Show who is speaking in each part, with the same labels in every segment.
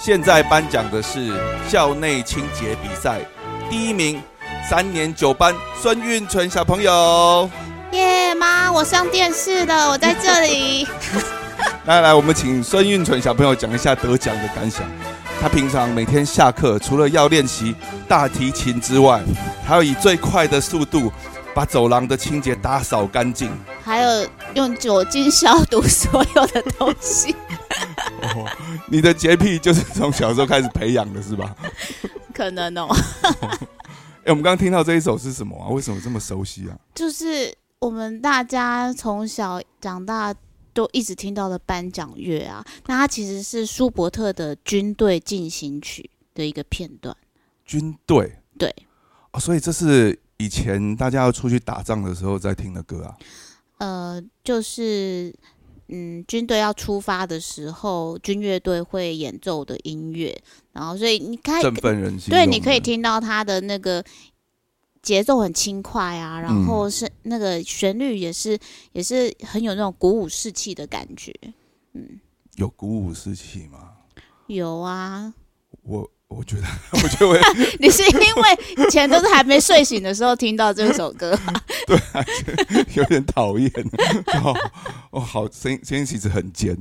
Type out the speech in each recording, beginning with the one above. Speaker 1: 现在颁奖的是校内清洁比赛第一名，三年九班孙运纯小朋友。
Speaker 2: 耶妈，我上电视了，我在这里。
Speaker 1: 来来，我们请孙运纯小朋友讲一下得奖的感想。他平常每天下课，除了要练习大提琴之外，还要以最快的速度把走廊的清洁打扫干净。
Speaker 2: 还有用酒精消毒所有的东西，
Speaker 1: 你的洁癖就是从小时候开始培养的，是吧？
Speaker 2: 可能哦，
Speaker 1: 哎、我们刚刚听到这一首是什么啊？为什么这么熟悉啊？
Speaker 2: 就是我们大家从小长大。都一直听到的颁奖乐啊，那它其实是舒伯特的《军队进行曲》的一个片段。
Speaker 1: 军队
Speaker 2: 对，
Speaker 1: 哦，所以这是以前大家要出去打仗的时候在听的歌啊。
Speaker 2: 呃，就是嗯，军队要出发的时候，军乐队会演奏的音乐，然后所以你看，
Speaker 1: 振奋人心。
Speaker 2: 哎对，你可以。听到它的那个节奏很轻快啊，然后是那个旋律也是也是很有那种鼓舞士气的感觉。嗯，
Speaker 1: 有鼓舞士气吗？
Speaker 2: 有啊，
Speaker 1: 我我觉得，我觉得我也
Speaker 2: 你是因为以前都是还没睡醒的时候听到这首歌，
Speaker 1: 有点讨厌。 哦，哦，好，声音声音其实很尖，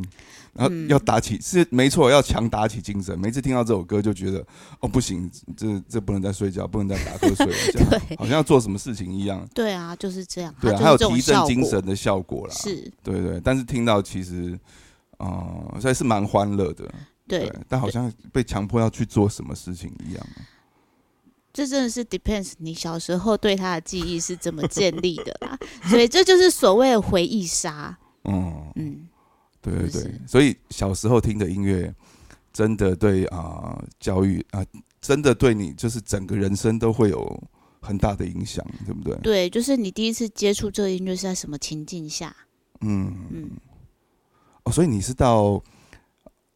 Speaker 1: 然后
Speaker 2: 嗯
Speaker 1: 要打起、是没错，要强打起精神。每次听到这首歌就觉得，哦，不行，这这不能再睡觉，不能再打瞌睡了，这样
Speaker 2: 对
Speaker 1: 好像要做什么事情一样。
Speaker 2: 对啊，就是这样，
Speaker 1: 对啊，还
Speaker 2: 它
Speaker 1: 有
Speaker 2: 就是这种
Speaker 1: 提振
Speaker 2: 效
Speaker 1: 精
Speaker 2: 果
Speaker 1: 神的效果啦。
Speaker 2: 是，
Speaker 1: 对对，但是听到其实，啊、呃，还是蛮欢乐的。
Speaker 2: 对，
Speaker 1: 但好像被强迫要去做什么事情一样。啊
Speaker 2: 这真的是 depends 你小时候对他的记忆是怎么建立的啦， 所以这就是所谓的回忆杀。
Speaker 1: 嗯，
Speaker 2: 嗯，
Speaker 1: 对对对
Speaker 2: 是，
Speaker 1: 所以小时候听的音乐，真的对啊、教育啊、真的对你就是整个人生都会有很大的影响，对不对？
Speaker 2: 对，就是你第一次接触这个音乐是在什么情境下？
Speaker 1: 嗯，
Speaker 2: 嗯，
Speaker 1: 哦，所以你是到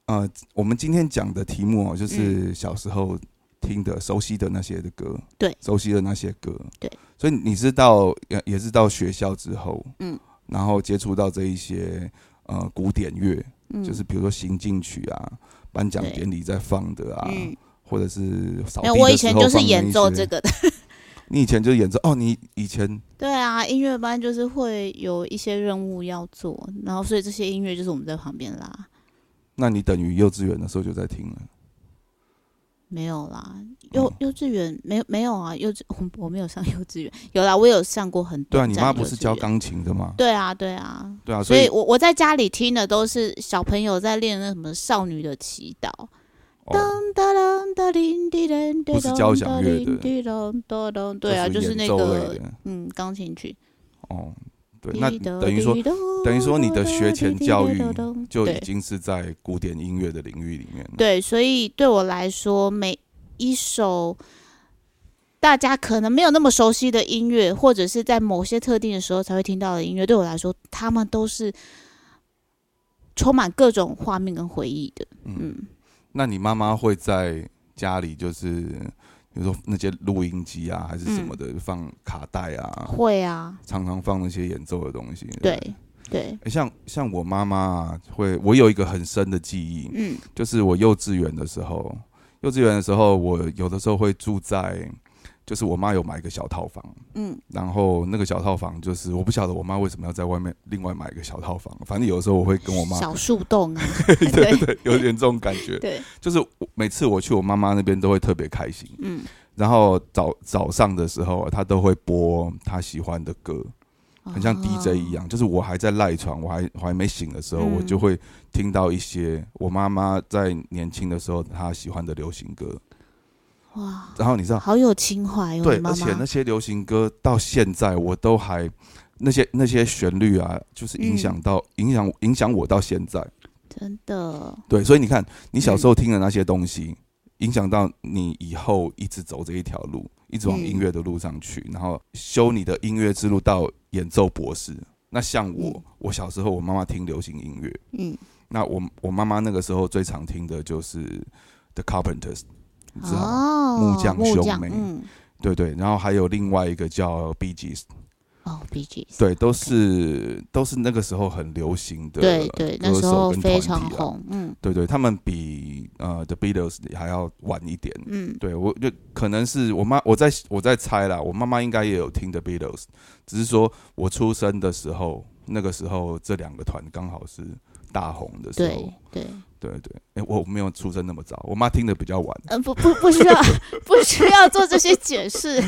Speaker 1: 呃，我们今天讲的题目哦，就是小时候听的、熟悉的那些的歌，
Speaker 2: 对
Speaker 1: 熟悉的那些歌，
Speaker 2: 对。
Speaker 1: 所以你是到也也是到学校之后，
Speaker 2: 嗯，
Speaker 1: 然后接触到这一些呃古典乐，
Speaker 2: 嗯
Speaker 1: 就是比如说行进曲啊，颁奖
Speaker 2: 对
Speaker 1: 典礼在放的啊，
Speaker 2: 嗯，
Speaker 1: 或者是扫地
Speaker 2: 没有，
Speaker 1: 的
Speaker 2: 我以
Speaker 1: 时
Speaker 2: 前
Speaker 1: 候
Speaker 2: 就是
Speaker 1: 放的
Speaker 2: 演
Speaker 1: 那
Speaker 2: 奏
Speaker 1: 些
Speaker 2: 这，个的。
Speaker 1: 你以前就演奏哦，你以前
Speaker 2: 对啊，音乐班就是会有一些任务要做，然后所以这些音乐就是我们在旁边拉。
Speaker 1: 那你等于幼稚园的时候就在听了，
Speaker 2: 没有啦，
Speaker 1: 哦
Speaker 2: 幼幼稚园没有没有啊，幼稚 我没有上幼稚园，有啦，我有上过很
Speaker 1: 对
Speaker 2: 多。
Speaker 1: 啊，你妈不是教？钢琴的吗？
Speaker 2: 对啊，对啊，
Speaker 1: 对啊，
Speaker 2: 所
Speaker 1: 以
Speaker 2: 以我我在家里听的都是小朋友在练那什么少女的祈祷，
Speaker 1: 哦
Speaker 2: 哒啷哒铃滴啷滴
Speaker 1: 不是交响乐的
Speaker 2: 啷滴啷哒啷对啊，
Speaker 1: 就
Speaker 2: 就是是那
Speaker 1: 演奏类
Speaker 2: 个
Speaker 1: 的
Speaker 2: 嗯钢琴曲。
Speaker 1: 哦，对，那
Speaker 2: 滴答
Speaker 1: 等于说
Speaker 2: 滴答
Speaker 1: 等于说你的学前教育
Speaker 2: 滴答滴答滴答
Speaker 1: 就已
Speaker 2: 对
Speaker 1: 经是在古典音乐的领域里面了。
Speaker 2: 对，所以对我来说，每一首大家可能没有那么熟悉的音乐，或者是在某些特定的时候才会听到的音乐，对我来说，他们都是充满各种画面跟回忆的。
Speaker 1: 嗯，那你妈妈会在家里就是，比如说那些录音机啊，还是
Speaker 2: 嗯
Speaker 1: 什么的，放卡带啊，
Speaker 2: 会啊，
Speaker 1: 常常放那些演奏的东西。不
Speaker 2: 对对，
Speaker 1: 诶像像我妈妈啊会，我有一个很深的记忆，
Speaker 2: 嗯
Speaker 1: 就是我幼稚园的时候，幼稚园的时候，我有的时候会住在，就是我妈有买一个小套房，
Speaker 2: 嗯，
Speaker 1: 然后那个小套房就是我不晓得我妈为什么要在外面另外买一个小套房，反正有的时候我会跟我妈，
Speaker 2: 小树 洞啊，
Speaker 1: 对对对，有点这种感觉，
Speaker 2: 对，
Speaker 1: 就是我每次我去我妈妈那边都会特别开心，
Speaker 2: 嗯
Speaker 1: 然后早早上的时候啊她都会播她喜欢的歌，很像 DJ 一
Speaker 2: 样，
Speaker 1: 样，就是我还在赖床，我还我还没醒的时候，
Speaker 2: 哦嗯
Speaker 1: 我就会听到一些我妈妈在年轻的时候她喜欢的流行歌，
Speaker 2: 哇，
Speaker 1: 然后你知道，
Speaker 2: 好有情怀哦，
Speaker 1: 对
Speaker 2: 你，妈
Speaker 1: 而且那
Speaker 2: 妈
Speaker 1: 些流行歌到现在我都还那些那些旋律啊，就是影响到、
Speaker 2: 嗯
Speaker 1: 影响影响我到现在，
Speaker 2: 真的
Speaker 1: 对，所以你看，你小
Speaker 2: 嗯
Speaker 1: 时候听的那些东西，影响到你以后一直走这一条路，一直往
Speaker 2: 嗯
Speaker 1: 音乐的路上去，然后修你的音乐之路到演奏博士。那像我，
Speaker 2: 嗯
Speaker 1: 我小时候我妈妈听流行音乐，
Speaker 2: 嗯，
Speaker 1: 那我我妈妈那个时候最常听的就是 The Carpenters，你知道吗？
Speaker 2: 哦，
Speaker 1: 木匠
Speaker 2: 木
Speaker 1: 兄
Speaker 2: 匠，
Speaker 1: 妹
Speaker 2: 嗯
Speaker 1: 对对，然后还有另外一个叫 Bee Gees，
Speaker 2: 哦，B G，
Speaker 1: 对，都是都是那个时候很流行的
Speaker 2: 对对，那
Speaker 1: 歌
Speaker 2: 时
Speaker 1: 手
Speaker 2: 候
Speaker 1: 跟
Speaker 2: 非
Speaker 1: 团体
Speaker 2: 常
Speaker 1: 啊
Speaker 2: 红，嗯
Speaker 1: 对对，他们比呃 The Beatles 还要晚一点。
Speaker 2: 嗯，
Speaker 1: 对我就可能是我妈，我在我在猜啦，我妈妈应该也有听 The Beatles，只是说我出生的时候，那个时候这两个团刚好是大红的时候
Speaker 2: 对。对，
Speaker 1: 对对哎、我没有出生那么早，我妈听的比较晚，
Speaker 2: 嗯，不不不需要不需要做这些解释，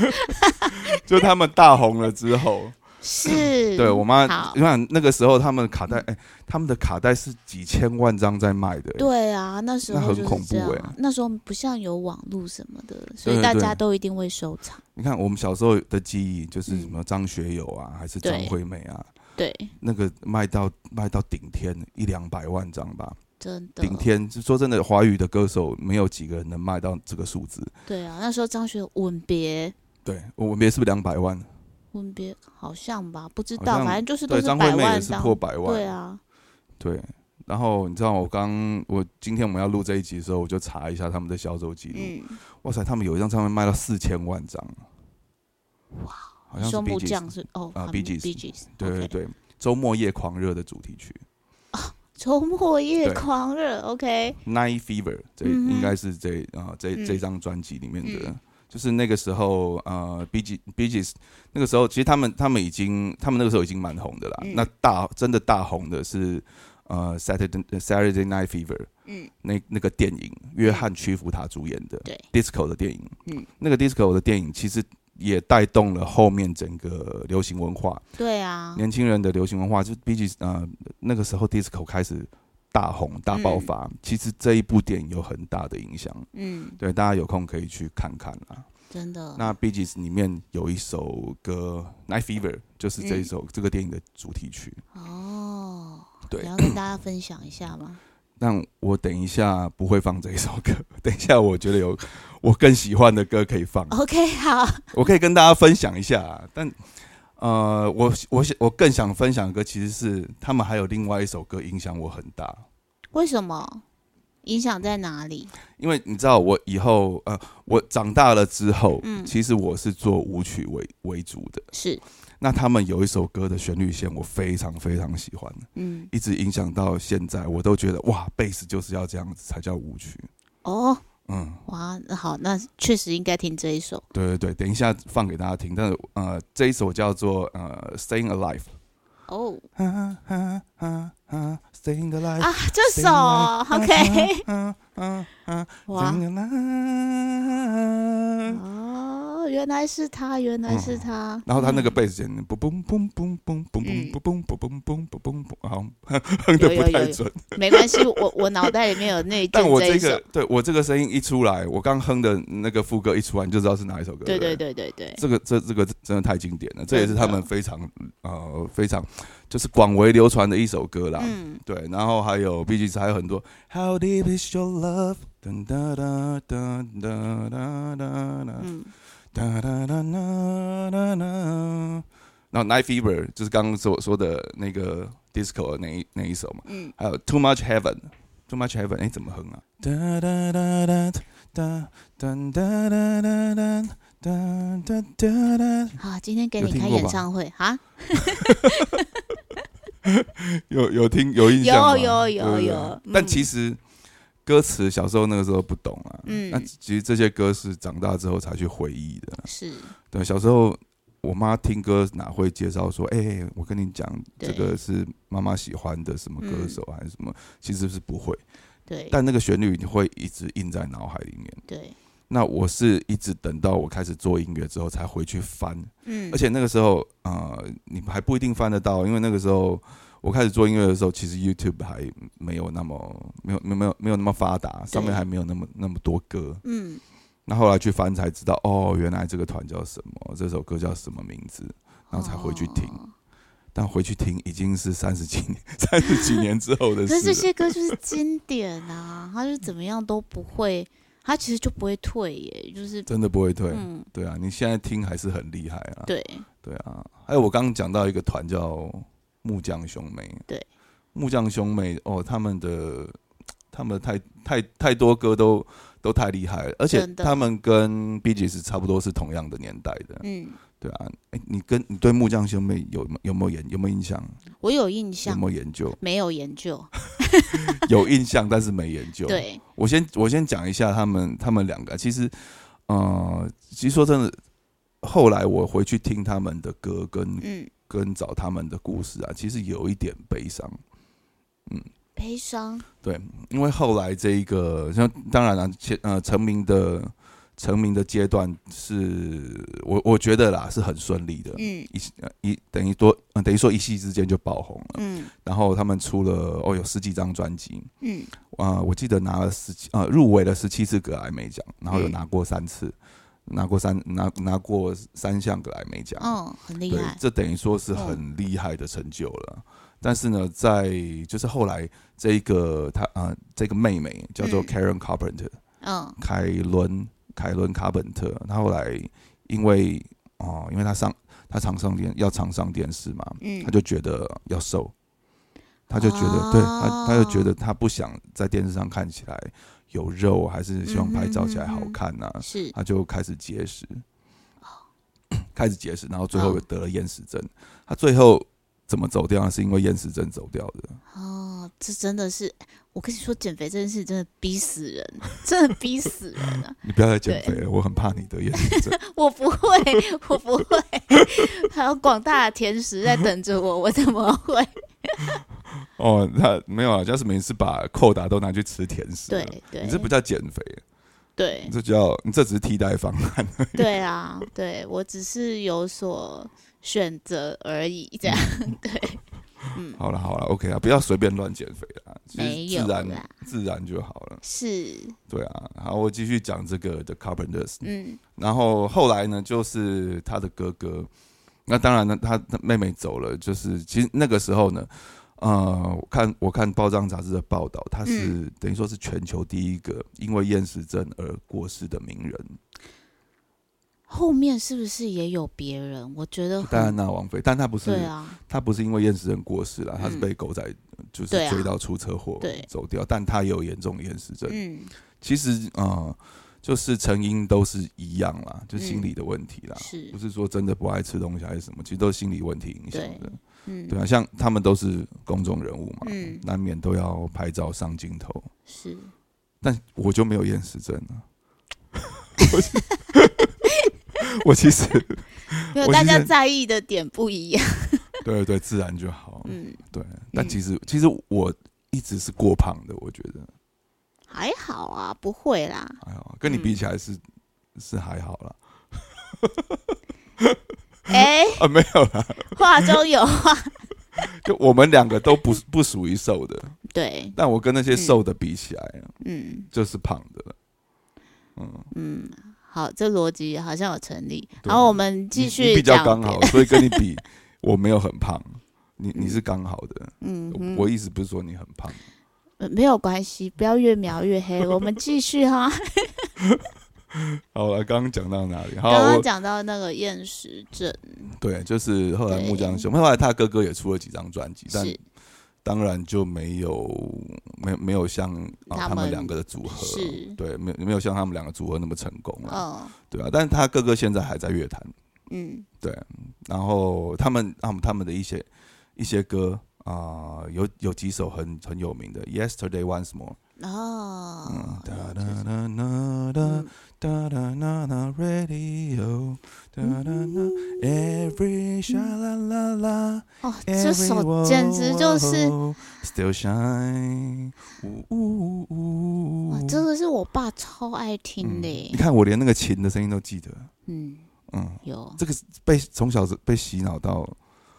Speaker 1: 就他们大红了之 后，
Speaker 2: 是，
Speaker 1: 对我妈，
Speaker 2: 嗯好
Speaker 1: 你看那个时候他们卡带，哎、他们的卡带是几千万张在卖的、哎
Speaker 2: 对啊，那时
Speaker 1: 那
Speaker 2: 候
Speaker 1: 很
Speaker 2: 就是
Speaker 1: 恐
Speaker 2: 这样
Speaker 1: 怖
Speaker 2: 啊，那时候不像有网络什么的，所以
Speaker 1: 对
Speaker 2: 大
Speaker 1: 对
Speaker 2: 家都一定会收藏，
Speaker 1: 你看我们小时候的记忆就是
Speaker 2: 嗯
Speaker 1: 什么张学友啊，还是张
Speaker 2: 对
Speaker 1: 惠妹啊，
Speaker 2: 对，
Speaker 1: 那个卖到卖到顶天一两百万张吧，
Speaker 2: 真的，
Speaker 1: 顶天。就说真的，华语的歌手没有几个人能卖到这个数字。
Speaker 2: 对啊，那时候张学友吻别。
Speaker 1: 对，我们别是不是两百万？
Speaker 2: 吻别好像吧，不知
Speaker 1: 好
Speaker 2: 道，
Speaker 1: 像
Speaker 2: 反正就是都
Speaker 1: 对，
Speaker 2: 是
Speaker 1: 张惠
Speaker 2: 百
Speaker 1: 妹也
Speaker 2: 万
Speaker 1: 是
Speaker 2: 张，
Speaker 1: 破百万。
Speaker 2: 对啊，
Speaker 1: 对然后你知道我刚我今天我们要录这一集的时候，我就查一下他们的销售记录。
Speaker 2: 嗯，
Speaker 1: 哇塞，他们有一张唱片卖到四千万张。哇，好像是
Speaker 2: 双木
Speaker 1: B G
Speaker 2: 匠是哦
Speaker 1: 啊
Speaker 2: 他们
Speaker 1: Bee Gees
Speaker 2: Bee Gees，
Speaker 1: 对
Speaker 2: OK
Speaker 1: 对对，周末夜狂热的主题曲
Speaker 2: 周末夜
Speaker 1: 对
Speaker 2: 狂热，OK，
Speaker 1: 《Night Fever》，这
Speaker 2: 嗯哼
Speaker 1: 应该是这啊、这
Speaker 2: 嗯
Speaker 1: 这张专辑里面的。
Speaker 2: 嗯
Speaker 1: 就是那个时候，呃，B G B G 那个时候，其实他们他们已经，他们那个时候已经蛮红的啦。
Speaker 2: 嗯
Speaker 1: 那大真的大红的是，呃，Saturday Saturday Night Fever，
Speaker 2: 嗯，
Speaker 1: 那那个电影，约翰屈服他主演的，
Speaker 2: 对
Speaker 1: ，disco 的电影，
Speaker 2: 嗯，
Speaker 1: 那个 disco 的电影其实也带动了后面整个流行文化，
Speaker 2: 对啊，
Speaker 1: 年轻人的流行文化，就 B G 呃那个时候 disco 开始大红大爆发，其实这一部电影有很大的影响，
Speaker 2: 嗯，
Speaker 1: 对，大家有空可以去看看啦。
Speaker 2: 真的，
Speaker 1: 那 B G 里面有一首歌《Night Fever》，就是这一首、这个电影的主题曲。
Speaker 2: 哦，
Speaker 1: 对
Speaker 2: 你要跟大家分享一下吗？
Speaker 1: 但我等一下不会放这一首歌， 等一下我觉得有我更喜欢的歌可以放。
Speaker 2: OK，好，
Speaker 1: 我可以跟大家分享一下啊，但呃，我我想我更想分享的歌其实是他们还有另外一首歌影响我很大，
Speaker 2: 为什么？影响在哪里？
Speaker 1: 因为你知道我以后呃，我长大了之后，
Speaker 2: 嗯
Speaker 1: 其实我是做舞曲为为主的。
Speaker 2: 是，
Speaker 1: 那他们有一首歌的旋律线我非常非常喜欢，
Speaker 2: 嗯，
Speaker 1: 一直影响到现在，我都觉得哇，贝斯就是要这样子才叫舞曲。
Speaker 2: 哦，
Speaker 1: 嗯，
Speaker 2: 哇，那好，那确实应该听这一首。
Speaker 1: 对对对，等一下放给大家听。但是呃，这一首叫做呃《Staying Alive》。
Speaker 2: 哦
Speaker 1: 啊啊啊啊！Staying alive
Speaker 2: 啊，这首哦 OK，
Speaker 1: 啊啊啊
Speaker 2: 哇，
Speaker 1: ！Staying alive
Speaker 2: 哦，原来是他，原来是他。
Speaker 1: 嗯然后他那个
Speaker 2: 嗯
Speaker 1: 贝斯键，嘣嘣嘣嘣嘣嘣嘣
Speaker 2: 嗯
Speaker 1: 嘣嘣嘣嘣嘣嘣嘣，好像哼的
Speaker 2: 有有
Speaker 1: 不太
Speaker 2: 有
Speaker 1: 准。
Speaker 2: 嗯没关系，我我脑袋里面有那一
Speaker 1: 但
Speaker 2: 阵
Speaker 1: 我
Speaker 2: 这
Speaker 1: 这
Speaker 2: 一首
Speaker 1: 个，，对我这个声音一出来，我刚哼的那个副歌一出来，你就知道是哪一首歌。
Speaker 2: 对
Speaker 1: 对
Speaker 2: 对
Speaker 1: 不对，
Speaker 2: 对对对，
Speaker 1: 这个这这个真的太经典了，这也是他
Speaker 2: 真
Speaker 1: 们
Speaker 2: 的
Speaker 1: 非常呃非常就是广为流传的一首歌啦。
Speaker 2: 嗯，
Speaker 1: 对，然后还有 B G 还有很多 How deep is your love？噔哒哒哒哒哒哒哒
Speaker 2: 嗯，
Speaker 1: 哒哒哒哒哒哒。然后 Night Fever 就是刚刚所说的那个 disco 的那一那一首嘛，
Speaker 2: 嗯，
Speaker 1: 还有 Too Much Heaven，Too Much Heaven，哎，怎么哼啊？哒哒哒哒哒哒哒哒哒哒哒哒哒哒。
Speaker 2: 好，今天给
Speaker 1: 有
Speaker 2: 你
Speaker 1: 听
Speaker 2: 开
Speaker 1: 过
Speaker 2: 演
Speaker 1: 吧
Speaker 2: 唱会啊，
Speaker 1: 有有听有印象吗
Speaker 2: 有有有
Speaker 1: 对不对
Speaker 2: 有
Speaker 1: 但
Speaker 2: 嗯
Speaker 1: 其实歌词小时候那个时候不懂啊，
Speaker 2: 嗯
Speaker 1: 那其实这些歌是长大之后才去回忆的。
Speaker 2: 是，
Speaker 1: 对，小时候我妈听歌哪会介绍说，哎、我跟你讲，
Speaker 2: 对
Speaker 1: 这个是妈妈喜欢的什么歌
Speaker 2: 嗯
Speaker 1: 手啊还是什么，其实是不会。
Speaker 2: 对
Speaker 1: 但那个旋律你会一直印在脑海里面。
Speaker 2: 对，
Speaker 1: 那我是一直等到我开始做音乐之后才回去翻，
Speaker 2: 嗯，
Speaker 1: 而且那个时候呃，你还不一定翻得到，因为那个时候我开始做音乐的时候，其实 YouTube 还没有那么没有没有没有没有那么发达，上面还没有那么那么多歌。
Speaker 2: 嗯，
Speaker 1: 那后来去翻才知道，哦，原来这个团叫什么，这首歌叫什么名字，然后才回去听。
Speaker 2: 哦
Speaker 1: 但回去听已经是三十几年三十几年之后的
Speaker 2: 可是这
Speaker 1: 事了。
Speaker 2: 些歌就是经典啊，他就怎么样都不会，他其实就不会退耶，就是
Speaker 1: 真的不会退，
Speaker 2: 嗯，
Speaker 1: 对啊，你现在听还是很厉害啊。
Speaker 2: 对，
Speaker 1: 对啊，还有我刚刚讲到一个团叫木匠兄妹，
Speaker 2: 对，
Speaker 1: 木匠兄妹哦，他们的他们太太太多歌都都太厉害了，而且
Speaker 2: 真的
Speaker 1: 他们跟 B G S 差不多是同样的年代的，
Speaker 2: 嗯，
Speaker 1: 对啊，哎、你跟你对木匠兄妹有没有没有研有没有印象？
Speaker 2: 我有印
Speaker 1: 有
Speaker 2: 象，
Speaker 1: 没有研究？
Speaker 2: 没有研究。
Speaker 1: 有印象，但是没研究。，
Speaker 2: 对，
Speaker 1: 我先我先讲一下他们他们两个，其实，呃，其实说真的，后来我回去听他们的歌跟
Speaker 2: 嗯，
Speaker 1: 跟找他们的故事啊，其实有一点悲伤。
Speaker 2: 悲伤，
Speaker 1: 对，因为后来这一个，像当然了、前呃成名的成名的阶段是，我我觉得啦是很顺利的，
Speaker 2: 嗯
Speaker 1: 一呃一等于多、呃等于说一夕之间就爆红了。
Speaker 2: 嗯
Speaker 1: 然后他们出了哦有十几张专辑，
Speaker 2: 嗯
Speaker 1: 啊、我记得拿了十七呃入围了十七次格莱美奖，然
Speaker 2: 嗯
Speaker 1: 后有拿过三次，拿过三拿拿过三项格莱美奖，
Speaker 2: 嗯，很厉
Speaker 1: 对
Speaker 2: 害，。嗯
Speaker 1: 这等于说是很厉害的成就了。但是呢，在就是后来这一个他啊、这个妹妹叫做
Speaker 2: 嗯
Speaker 1: Karen Carpenter，、
Speaker 2: 嗯
Speaker 1: 凯伦凯伦卡本特，她后来因为哦、因为她上她常上电要常上电视嘛，
Speaker 2: 嗯
Speaker 1: 他，就觉得要瘦，他就觉得、
Speaker 2: 哦
Speaker 1: 对他，他就觉得他不想在电视上看起来有肉，啊还是希望拍照起来
Speaker 2: 嗯
Speaker 1: 好看呐、
Speaker 2: 是
Speaker 1: 他就开始节食，开始节食，然后最后
Speaker 2: 哦
Speaker 1: 得了厌食症。他最后怎么走掉呢？是因为厌食症走掉的。
Speaker 2: 哦，这真的是，我跟你说，减肥这件事真的逼死人，真的逼死人啊！
Speaker 1: 你不要再减
Speaker 2: 对
Speaker 1: 肥了，我很怕你得厌食症。
Speaker 2: 我不会，我不会，还有广大的甜食在等着我，我怎么会？
Speaker 1: 哦，他没有啊，就是每次把扣打都拿去吃甜食了。
Speaker 2: 对对
Speaker 1: 你这不叫减肥，
Speaker 2: 对
Speaker 1: 你这叫你这只是替代方案。
Speaker 2: 对啊，对我只是有所选择而已，这
Speaker 1: 嗯
Speaker 2: 样
Speaker 1: 好了好了，OK 啊，不要随便乱减肥啦，其实
Speaker 2: 没有
Speaker 1: 自然
Speaker 2: 啦，
Speaker 1: 自然就好了。
Speaker 2: 是
Speaker 1: 对啊，好，我继续讲这个 The Carpenters，、
Speaker 2: 嗯
Speaker 1: 然后后来呢，就是他的哥哥，那当然呢，他他妹妹走了，就是其实那个时候呢，呃，我看我看报章杂志的报道，他是、
Speaker 2: 嗯
Speaker 1: 等于说是全球第一个因为厌食症而过世的名
Speaker 2: 嗯
Speaker 1: 人，
Speaker 2: 后面是不是也有别人？我觉得
Speaker 1: 戴
Speaker 2: 很
Speaker 1: 安娜王妃，但他不是、
Speaker 2: 对啊，
Speaker 1: 他不是因为厌食症过世了，他是
Speaker 2: 嗯
Speaker 1: 被狗仔就是
Speaker 2: 对啊
Speaker 1: 追到出车祸
Speaker 2: 对
Speaker 1: 走掉，但他也有严重的厌食症。
Speaker 2: 嗯
Speaker 1: 其实呃，就是成因都是一样啦，就心
Speaker 2: 嗯
Speaker 1: 理的问题啦，
Speaker 2: 是
Speaker 1: 啊不是说真的不爱吃东西还是什么，其实都是心理问题影响的。
Speaker 2: 嗯
Speaker 1: 对啊，像他们都是公众人物嘛，
Speaker 2: 嗯
Speaker 1: 难免都要拍照上镜头。
Speaker 2: 是
Speaker 1: 但我就没有厌食症啊， 我其实我其实
Speaker 2: 没有
Speaker 1: 我
Speaker 2: 大
Speaker 1: 其
Speaker 2: 家
Speaker 1: 实
Speaker 2: 在意的点不一样，
Speaker 1: 对对，自然就好。
Speaker 2: 嗯
Speaker 1: 对，但其实其实我一直是过胖的，我觉得
Speaker 2: 还好啊，不会啦，
Speaker 1: 还好，跟你
Speaker 2: 嗯
Speaker 1: 比起来是、是还好啦。
Speaker 2: 哎、
Speaker 1: 啊，没有啦，
Speaker 2: 话中有话，
Speaker 1: 就我们两个都不是不属于瘦的，
Speaker 2: 对，
Speaker 1: 但我跟那些瘦的比起来，
Speaker 2: 嗯
Speaker 1: 就是胖的了。嗯，
Speaker 2: 嗯，好，这逻辑好像有成立。
Speaker 1: 对
Speaker 2: 然后我们
Speaker 1: 你
Speaker 2: 继
Speaker 1: 你
Speaker 2: 续
Speaker 1: 比较
Speaker 2: 讲
Speaker 1: 刚
Speaker 2: 别
Speaker 1: 好，
Speaker 2: 的，
Speaker 1: 所以跟你比，我没有很胖，你你
Speaker 2: 嗯
Speaker 1: 是刚好的。
Speaker 2: 嗯
Speaker 1: 我
Speaker 2: 哼，
Speaker 1: 我意思不是说你很胖，
Speaker 2: 呃没有关系，不要越描越 黑，我们继续哈。
Speaker 1: 好了，刚刚讲到哪里？好，
Speaker 2: 刚刚
Speaker 1: 我
Speaker 2: 讲到那个厌食症，
Speaker 1: 对，就是后来木匠
Speaker 2: 对
Speaker 1: 兄，后来他哥哥也出了几张专辑，但
Speaker 2: 是
Speaker 1: 当然就没有没有没有像啊
Speaker 2: 他
Speaker 1: 他们
Speaker 2: 们
Speaker 1: 两个的组合，
Speaker 2: 是
Speaker 1: 对，没有没有像他们两个组合那么成功了，
Speaker 2: 嗯
Speaker 1: 对啊，但是他哥哥现在还在乐坛，
Speaker 2: 嗯
Speaker 1: 然后他们他们他们的一些一些歌啊、有有几首很很有名的《Yesterday Once More》，嗯
Speaker 2: 哦，，
Speaker 1: 哒哒哒哒哒
Speaker 2: 嗯
Speaker 1: 哒哒哒哒 Radio，哒哒哒
Speaker 2: 嗯
Speaker 1: Every sha la la la，
Speaker 2: 哦，这首简直就是。
Speaker 1: Still Shine，呜呜呜
Speaker 2: 哇
Speaker 1: 呜，，
Speaker 2: 这个是我爸超爱听
Speaker 1: 嗯
Speaker 2: 的
Speaker 1: 你
Speaker 2: 耶，
Speaker 1: 看我连那个琴的声音都记得，
Speaker 2: 嗯，
Speaker 1: 嗯，
Speaker 2: 有
Speaker 1: 这个是被从小被洗脑到。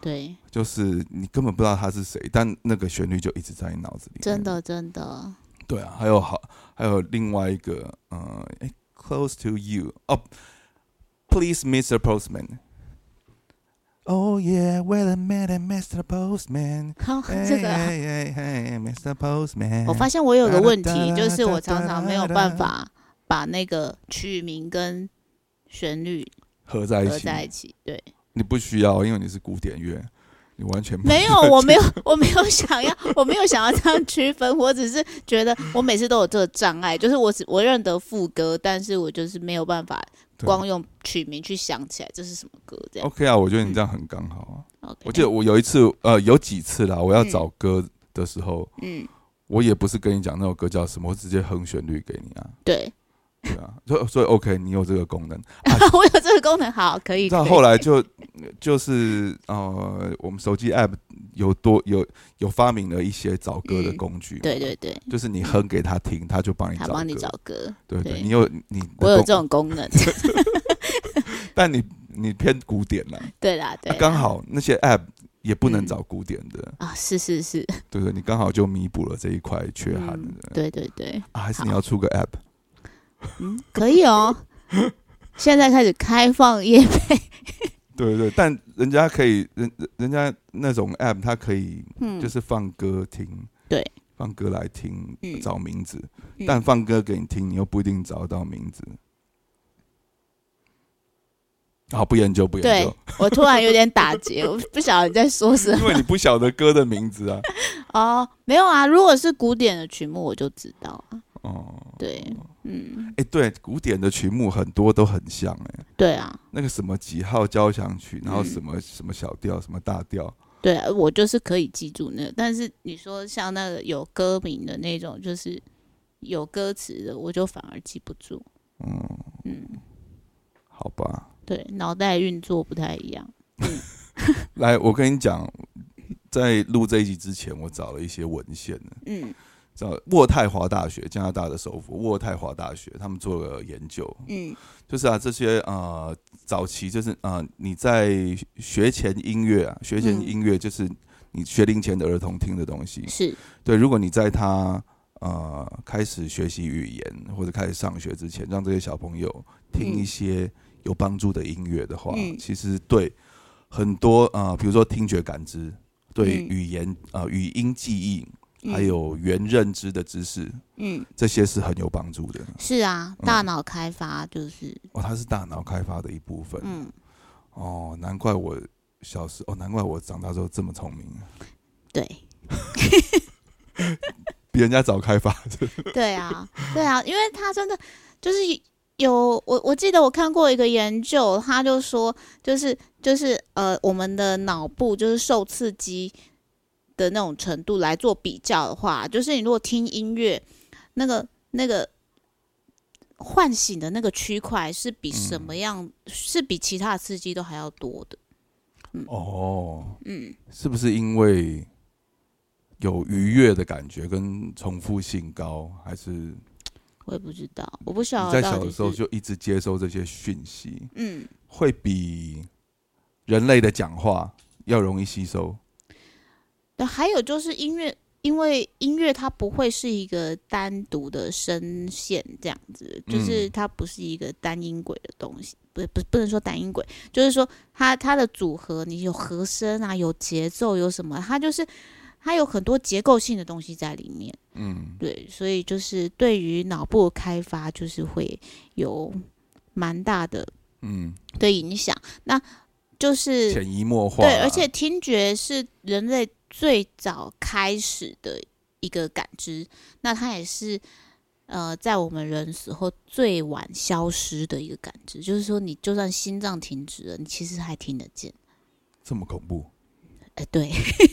Speaker 2: 对，
Speaker 1: 就是你根本不知道他是谁，但那个旋律就一直在你脑子里。
Speaker 2: 真，的真的，
Speaker 1: 对啊，还有好，还有另外一个，呃，诶 c l o s e to You，哦，Please Mr. Postman。Oh yeah, well I met a Mr. Postman.
Speaker 2: 好， 这个啊
Speaker 1: Hey, hey, hey, hey, Mr. Postman。
Speaker 2: 我发现我有个问
Speaker 1: 哎哒哒
Speaker 2: 题，
Speaker 1: 哒
Speaker 2: 就是我常常没有办法把那个曲名跟旋律
Speaker 1: 合在一
Speaker 2: 合
Speaker 1: 起，
Speaker 2: 在一起。对，
Speaker 1: 你不需要，因为你是古典乐。你完全不
Speaker 2: 没有，我 没有，我没有想要，我没有想要这样区分，我只是觉得我每次都有这个障碍，就是我只我认得副歌，但是我就是没有办法
Speaker 1: 对
Speaker 2: 光用曲名去想起来这是什么歌这样。
Speaker 1: OK 啊，我觉得你这样很刚好啊。
Speaker 2: OK，
Speaker 1: 我记得我有一次，呃，有几次啦，我要
Speaker 2: 嗯
Speaker 1: 找歌的时候，
Speaker 2: 嗯，
Speaker 1: 我也不是跟你讲那首歌叫什么，我直接哼旋律给你啊，
Speaker 2: 对，
Speaker 1: 对啊，所以所以 OK，你有这个功能。
Speaker 2: 我有这个功能，好，可以。
Speaker 1: 到
Speaker 2: 可以
Speaker 1: 后来就就是呃，我们手机 App 有多有有发明了一些找歌的
Speaker 2: 嗯
Speaker 1: 工具嘛，
Speaker 2: 对对对，
Speaker 1: 就是你哼给他听，他就帮你
Speaker 2: 他
Speaker 1: 找，
Speaker 2: 帮你找，歌，
Speaker 1: 对对，
Speaker 2: 对
Speaker 1: 你有你的
Speaker 2: 我有
Speaker 1: 功
Speaker 2: 这种功能。
Speaker 1: 但你你偏古典啦，
Speaker 2: 对啦，对
Speaker 1: 啊
Speaker 2: 啦，
Speaker 1: 刚好那些 App 也不能
Speaker 2: 嗯
Speaker 1: 找古典的，
Speaker 2: 啊，是是是，
Speaker 1: 对对，你刚好就弥补了这一块缺憾
Speaker 2: 嗯
Speaker 1: 对
Speaker 2: 对对对，
Speaker 1: 啊，还是
Speaker 2: 好
Speaker 1: 你要出个 App？
Speaker 2: 嗯，可以哦。 现在开始开放页面，
Speaker 1: 对对，但人家可以，人人人家那种 App，它可以
Speaker 2: 嗯，
Speaker 1: 就是放歌听，
Speaker 2: 对，
Speaker 1: 放歌来听
Speaker 2: 嗯，
Speaker 1: 找名字，
Speaker 2: 嗯
Speaker 1: 但放歌给你听，你又不一定找得到名字。好，啊不研究，不研
Speaker 2: 对
Speaker 1: 究，
Speaker 2: 嗯我突然有点打结，我不晓得你在说什么。
Speaker 1: 因为你不晓得歌的名字啊。
Speaker 2: 哦，没有啊，如果是古典的曲目，我就知道啊。
Speaker 1: 哦，
Speaker 2: 对，嗯，
Speaker 1: 哎，对，古典的曲目很多都很像哎，
Speaker 2: 对啊，
Speaker 1: 那个什么几号交响曲，然后
Speaker 2: 嗯
Speaker 1: 什么什么小调，什么大调，
Speaker 2: 对啊，我就是可以记住那个。但是你说像那个有歌名的那种，就是有歌词的，我就反而记不住。
Speaker 1: 嗯，
Speaker 2: 嗯，
Speaker 1: 好吧。
Speaker 2: 对，脑袋运作不太一样。
Speaker 1: 来，我跟你讲，在录这一集之前，我找了一些文献呢，
Speaker 2: 嗯
Speaker 1: 找渥太华大学，加拿大的首府渥太华大学，他们做了研究，
Speaker 2: 嗯
Speaker 1: 就是啊，这些呃，早期就是呃，你在学前音乐啊，学前
Speaker 2: 嗯
Speaker 1: 音乐就是你学龄前的儿童听的东西，
Speaker 2: 是，
Speaker 1: 对，如果你在他呃开始学习语言或者开始上学之前，让这些小朋友听一
Speaker 2: 嗯
Speaker 1: 些有帮助的音乐的话，
Speaker 2: 嗯
Speaker 1: 其实对很多呃，比如说听觉感知，对
Speaker 2: 嗯
Speaker 1: 语言呃语音记忆，
Speaker 2: 嗯
Speaker 1: 还有原认知的知识，
Speaker 2: 嗯，
Speaker 1: 这些是很有帮助的。
Speaker 2: 是啊，
Speaker 1: 嗯
Speaker 2: 大脑开发就是，
Speaker 1: 哦，它是大脑开发的一部分。
Speaker 2: 嗯，
Speaker 1: 哦，难怪我小时哦，难怪我长大之后这么聪明，
Speaker 2: 对。
Speaker 1: 比人家早开发。
Speaker 2: 对啊，对啊，因为他真的就是有我我记得我看过一个研究，他就说就是就是呃，我们的脑部就是受刺激的那种程度来做比较的话，就是你如果听音乐，那个那个。唤醒的那个区块是
Speaker 1: 嗯
Speaker 2: 比什么样？是比其他的刺激都还要多的。
Speaker 1: 哦，
Speaker 2: 嗯，
Speaker 1: 是不是因为有愉悦的感觉跟重复性高，还是你
Speaker 2: 我也不知道，我不晓
Speaker 1: 在
Speaker 2: 得到
Speaker 1: 小
Speaker 2: 底
Speaker 1: 的时
Speaker 2: 是
Speaker 1: 候就一直接收这些讯息，
Speaker 2: 嗯，
Speaker 1: 会比人类的讲话要容易吸收？
Speaker 2: 对，还有就是音乐，因为音乐它不会是一个单独的声线这样子，就是
Speaker 1: 嗯
Speaker 2: 它不是一个单音轨的东西，不不不能说单音轨，就是说它它的组合，你有和声啊，有节奏，有什么，它就是它有很多结构性的东西在里面，
Speaker 1: 嗯，
Speaker 2: 对，所以就是对于脑部的开发，就是会有蛮大的
Speaker 1: 嗯，
Speaker 2: 的影响，那就是
Speaker 1: 潜移默化啦。
Speaker 2: 对，而且听觉是人类最早开始的一个感知，那它也是呃，在我们人死后最晚消失的一个感知，就是说你就算心脏停止了，你其实还听得见。
Speaker 1: 这么恐怖，
Speaker 2: 哎、对，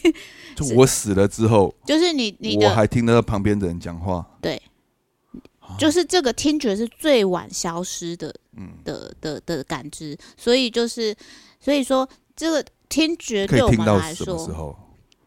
Speaker 1: 就是我死了之后，
Speaker 2: 就是你你
Speaker 1: 我
Speaker 2: 的，
Speaker 1: 还听得到旁边的人讲话。
Speaker 2: 对
Speaker 1: 啊，
Speaker 2: 就是这个听觉是最晚消失的
Speaker 1: 嗯，
Speaker 2: 的的的感知，所以就是所以说这个听觉
Speaker 1: 可以
Speaker 2: 对我
Speaker 1: 听
Speaker 2: 们
Speaker 1: 到
Speaker 2: 来
Speaker 1: 什么时
Speaker 2: 说，
Speaker 1: 候？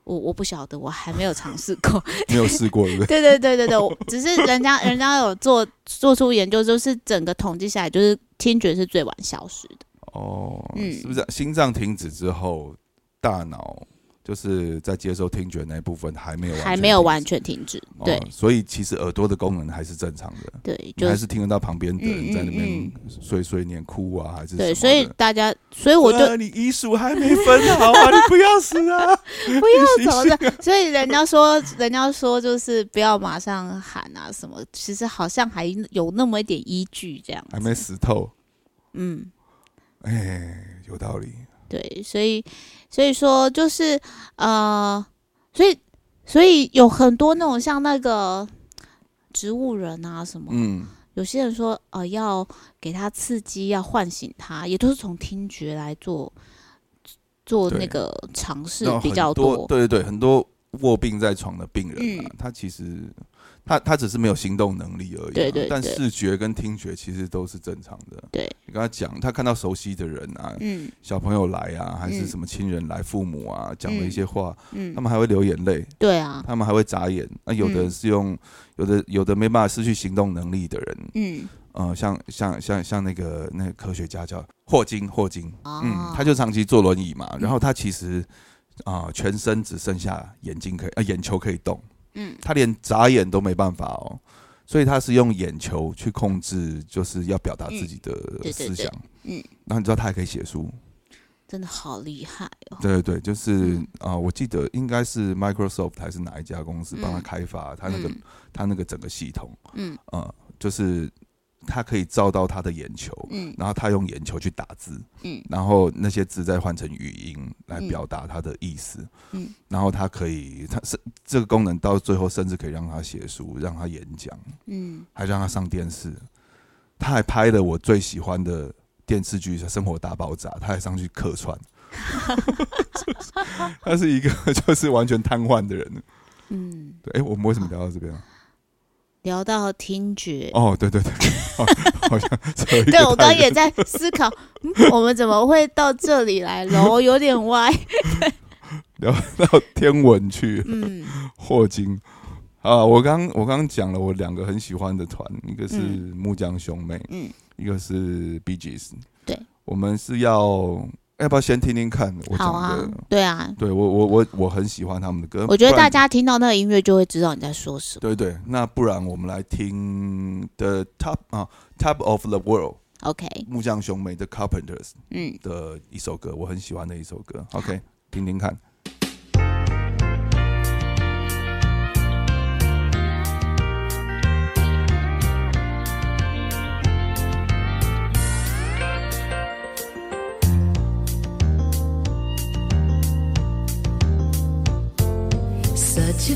Speaker 2: 我我不晓得，我还没有尝试过。
Speaker 1: 没有试 过，对不对？
Speaker 2: 对对对对对，我只是人家人家有做做出研究，就是整个统计下来，就是听觉是最晚消失的。
Speaker 1: 哦，
Speaker 2: 嗯
Speaker 1: 是不是心脏停止之后，大脑就是在接收听觉那一部分还没有完全
Speaker 2: 还没有完
Speaker 1: 停
Speaker 2: 全停止。
Speaker 1: 止
Speaker 2: 对
Speaker 1: 哦，所以其实耳朵的功能还是正常的，
Speaker 2: 对，
Speaker 1: 你
Speaker 2: 就
Speaker 1: 还
Speaker 2: 是
Speaker 1: 是听得到旁边的人在那边
Speaker 2: 嗯
Speaker 1: 碎碎念哭啊，还是
Speaker 2: 对，
Speaker 1: 什
Speaker 2: 所
Speaker 1: 么
Speaker 2: 以
Speaker 1: 的
Speaker 2: 大家，所以我就
Speaker 1: 啊你医术还没分好啊，你不要死啊！
Speaker 2: 不要走的。所以人家说，人家说就是不要马上喊啊什么，其实好像还有那么一点依据这样
Speaker 1: 还
Speaker 2: 子。
Speaker 1: 没死透，
Speaker 2: 嗯，
Speaker 1: 哎，有道理。
Speaker 2: 对，所以所以说就是呃，所以所以有很多那种像那个植物人啊什么，
Speaker 1: 嗯，
Speaker 2: 有些人说呃要给他刺激，要唤醒他，也都是从听觉来做做
Speaker 1: 对
Speaker 2: 那个尝试
Speaker 1: 那
Speaker 2: 比
Speaker 1: 很
Speaker 2: 较
Speaker 1: 多，对对对，很多卧病在床的病人、啊，
Speaker 2: 嗯
Speaker 1: 他其实他他只是没有行动能力而已啊、
Speaker 2: 对对
Speaker 1: 但
Speaker 2: 对
Speaker 1: 视觉跟听觉其实都是正常的。
Speaker 2: 对
Speaker 1: 你跟他讲，他看到熟悉的人啊，
Speaker 2: 嗯
Speaker 1: 小朋友来啊，还是
Speaker 2: 嗯
Speaker 1: 什么亲人来、父母啊，讲了一
Speaker 2: 嗯
Speaker 1: 些话，他
Speaker 2: 嗯，
Speaker 1: 们还会流眼泪，
Speaker 2: 对啊，
Speaker 1: 他们还会眨眼。那、有的
Speaker 2: 嗯
Speaker 1: 是用，有的有的没办法失去行动能力的人，
Speaker 2: 嗯
Speaker 1: 呃，像像像像那个那个科学家叫霍金，霍金，
Speaker 2: 啊，
Speaker 1: 嗯，他就长期坐轮椅嘛，
Speaker 2: 嗯
Speaker 1: 然后他其实啊、呃全身只剩下眼睛可以，呃，眼球可以动，
Speaker 2: 嗯
Speaker 1: 他连眨眼都没办法哦，所以他是用眼球去控制，就是要表达自己的
Speaker 2: 对对
Speaker 1: 思想，
Speaker 2: 嗯，
Speaker 1: 然后你知道他还可以写书，
Speaker 2: 真的好厉害哦，
Speaker 1: 对对对，就是
Speaker 2: 嗯
Speaker 1: 啊、呃我记得应该是 Microsoft 还是哪一家公司帮他
Speaker 2: 嗯
Speaker 1: 开发他那个、
Speaker 2: 嗯
Speaker 1: 他那个整个系统，
Speaker 2: 嗯
Speaker 1: 呃，就是他可以照到他的眼球，
Speaker 2: 嗯
Speaker 1: 然后他用眼球去打字，
Speaker 2: 嗯
Speaker 1: 然后那些字再换成语音来表达他的意思，
Speaker 2: 嗯
Speaker 1: 然后他可以，他是这个功能到最后甚至可以让他写书，让他演讲，
Speaker 2: 嗯
Speaker 1: 还让他上电视，他还拍了我最喜欢的电视剧《生活大爆炸》，他还上去客串。 就是他是一个就是完全瘫痪的人，
Speaker 2: 嗯，
Speaker 1: 对，哎、我们为什么聊到这边啊？
Speaker 2: 聊到听觉，
Speaker 1: 哦，对对对，好好像扯一个
Speaker 2: 对我刚
Speaker 1: 太
Speaker 2: 刚
Speaker 1: 远
Speaker 2: 也在思考，嗯我们怎么会到这里 来了？我有点歪。
Speaker 1: 到天文去了，
Speaker 2: 嗯
Speaker 1: 霍金啊，我刚我刚讲了，我两个很喜欢的团，一个是
Speaker 2: 嗯
Speaker 1: 木匠兄妹，
Speaker 2: 嗯，
Speaker 1: 一个是 B G S。
Speaker 2: 对，
Speaker 1: 我们是要要不要先听听看我
Speaker 2: 好
Speaker 1: 讲
Speaker 2: 啊
Speaker 1: 的？，
Speaker 2: 对啊，
Speaker 1: 对我我我我很喜欢他们的歌，
Speaker 2: 我觉得
Speaker 1: 不然
Speaker 2: 大家听到那个音乐就会知道你在说什么。
Speaker 1: 对对，那不然我们来听 The Top 啊 Top of the World
Speaker 2: OK，
Speaker 1: 木匠兄妹的 Carpenters
Speaker 2: 嗯，
Speaker 1: 的一首歌，我很喜欢的一首歌。OK，听听看。
Speaker 3: Such a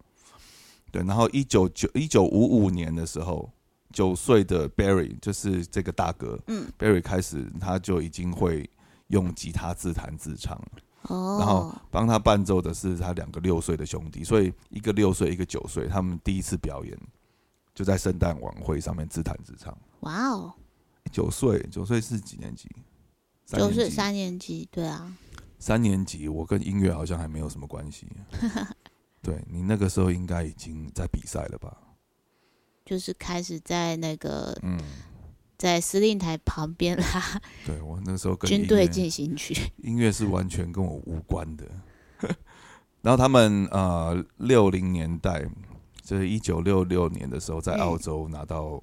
Speaker 1: 对。然后一九九一九五五年的时候，九岁的 Barry 就是这个大哥
Speaker 2: 嗯，
Speaker 1: Barry 开始他就已经会用吉他自弹自唱了。
Speaker 2: 哦，
Speaker 1: 然后帮他伴奏的是他两个六岁的兄弟，所以一个六岁，一个九岁，他们第一次表演就在圣诞晚会上面自弹自唱。
Speaker 2: 哇哦，
Speaker 1: 九岁，九岁是几年级？三
Speaker 2: 九
Speaker 1: 年级
Speaker 2: 岁三年级，对啊，
Speaker 1: 三年级，我跟音乐好像还没有什么关 系。对你那个时候应该已经在比赛了吧？
Speaker 2: 就是开始在那个
Speaker 1: 嗯，
Speaker 2: 在司令台旁边啦，
Speaker 1: 对我那时候跟
Speaker 2: 军
Speaker 1: 音
Speaker 2: 队
Speaker 1: 乐
Speaker 2: 进行曲，
Speaker 1: 音乐是完全跟我无关的。 然后他们呃，六零年代，就是一九六六年的时候，在
Speaker 2: 嗯
Speaker 1: 澳洲拿到、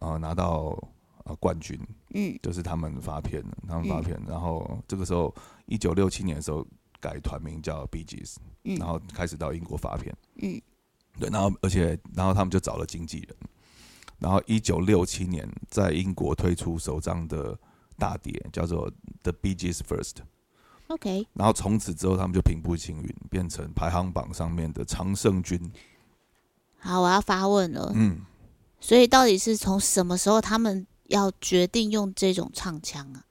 Speaker 1: 呃拿到呃冠军，
Speaker 2: 嗯
Speaker 1: 就是他们发片，他们发
Speaker 2: 嗯
Speaker 1: 片。然后这个时候，一九六七年的时候改团名叫 Bee Gees，
Speaker 2: 嗯
Speaker 1: 然后开始到英国发片。
Speaker 2: 嗯，
Speaker 1: 对，然后而且然后他们就找了经纪人，然后一九六七年在英国推出首张的大碟，叫做 The Bee Gees First。
Speaker 2: ，OK，
Speaker 1: 然后从此之后，他们就平步青云，变成排行榜上面的常胜军。
Speaker 2: 好，我要发问了，
Speaker 1: 嗯，
Speaker 2: 所以到底是从什么时候他们要决定用这种唱腔啊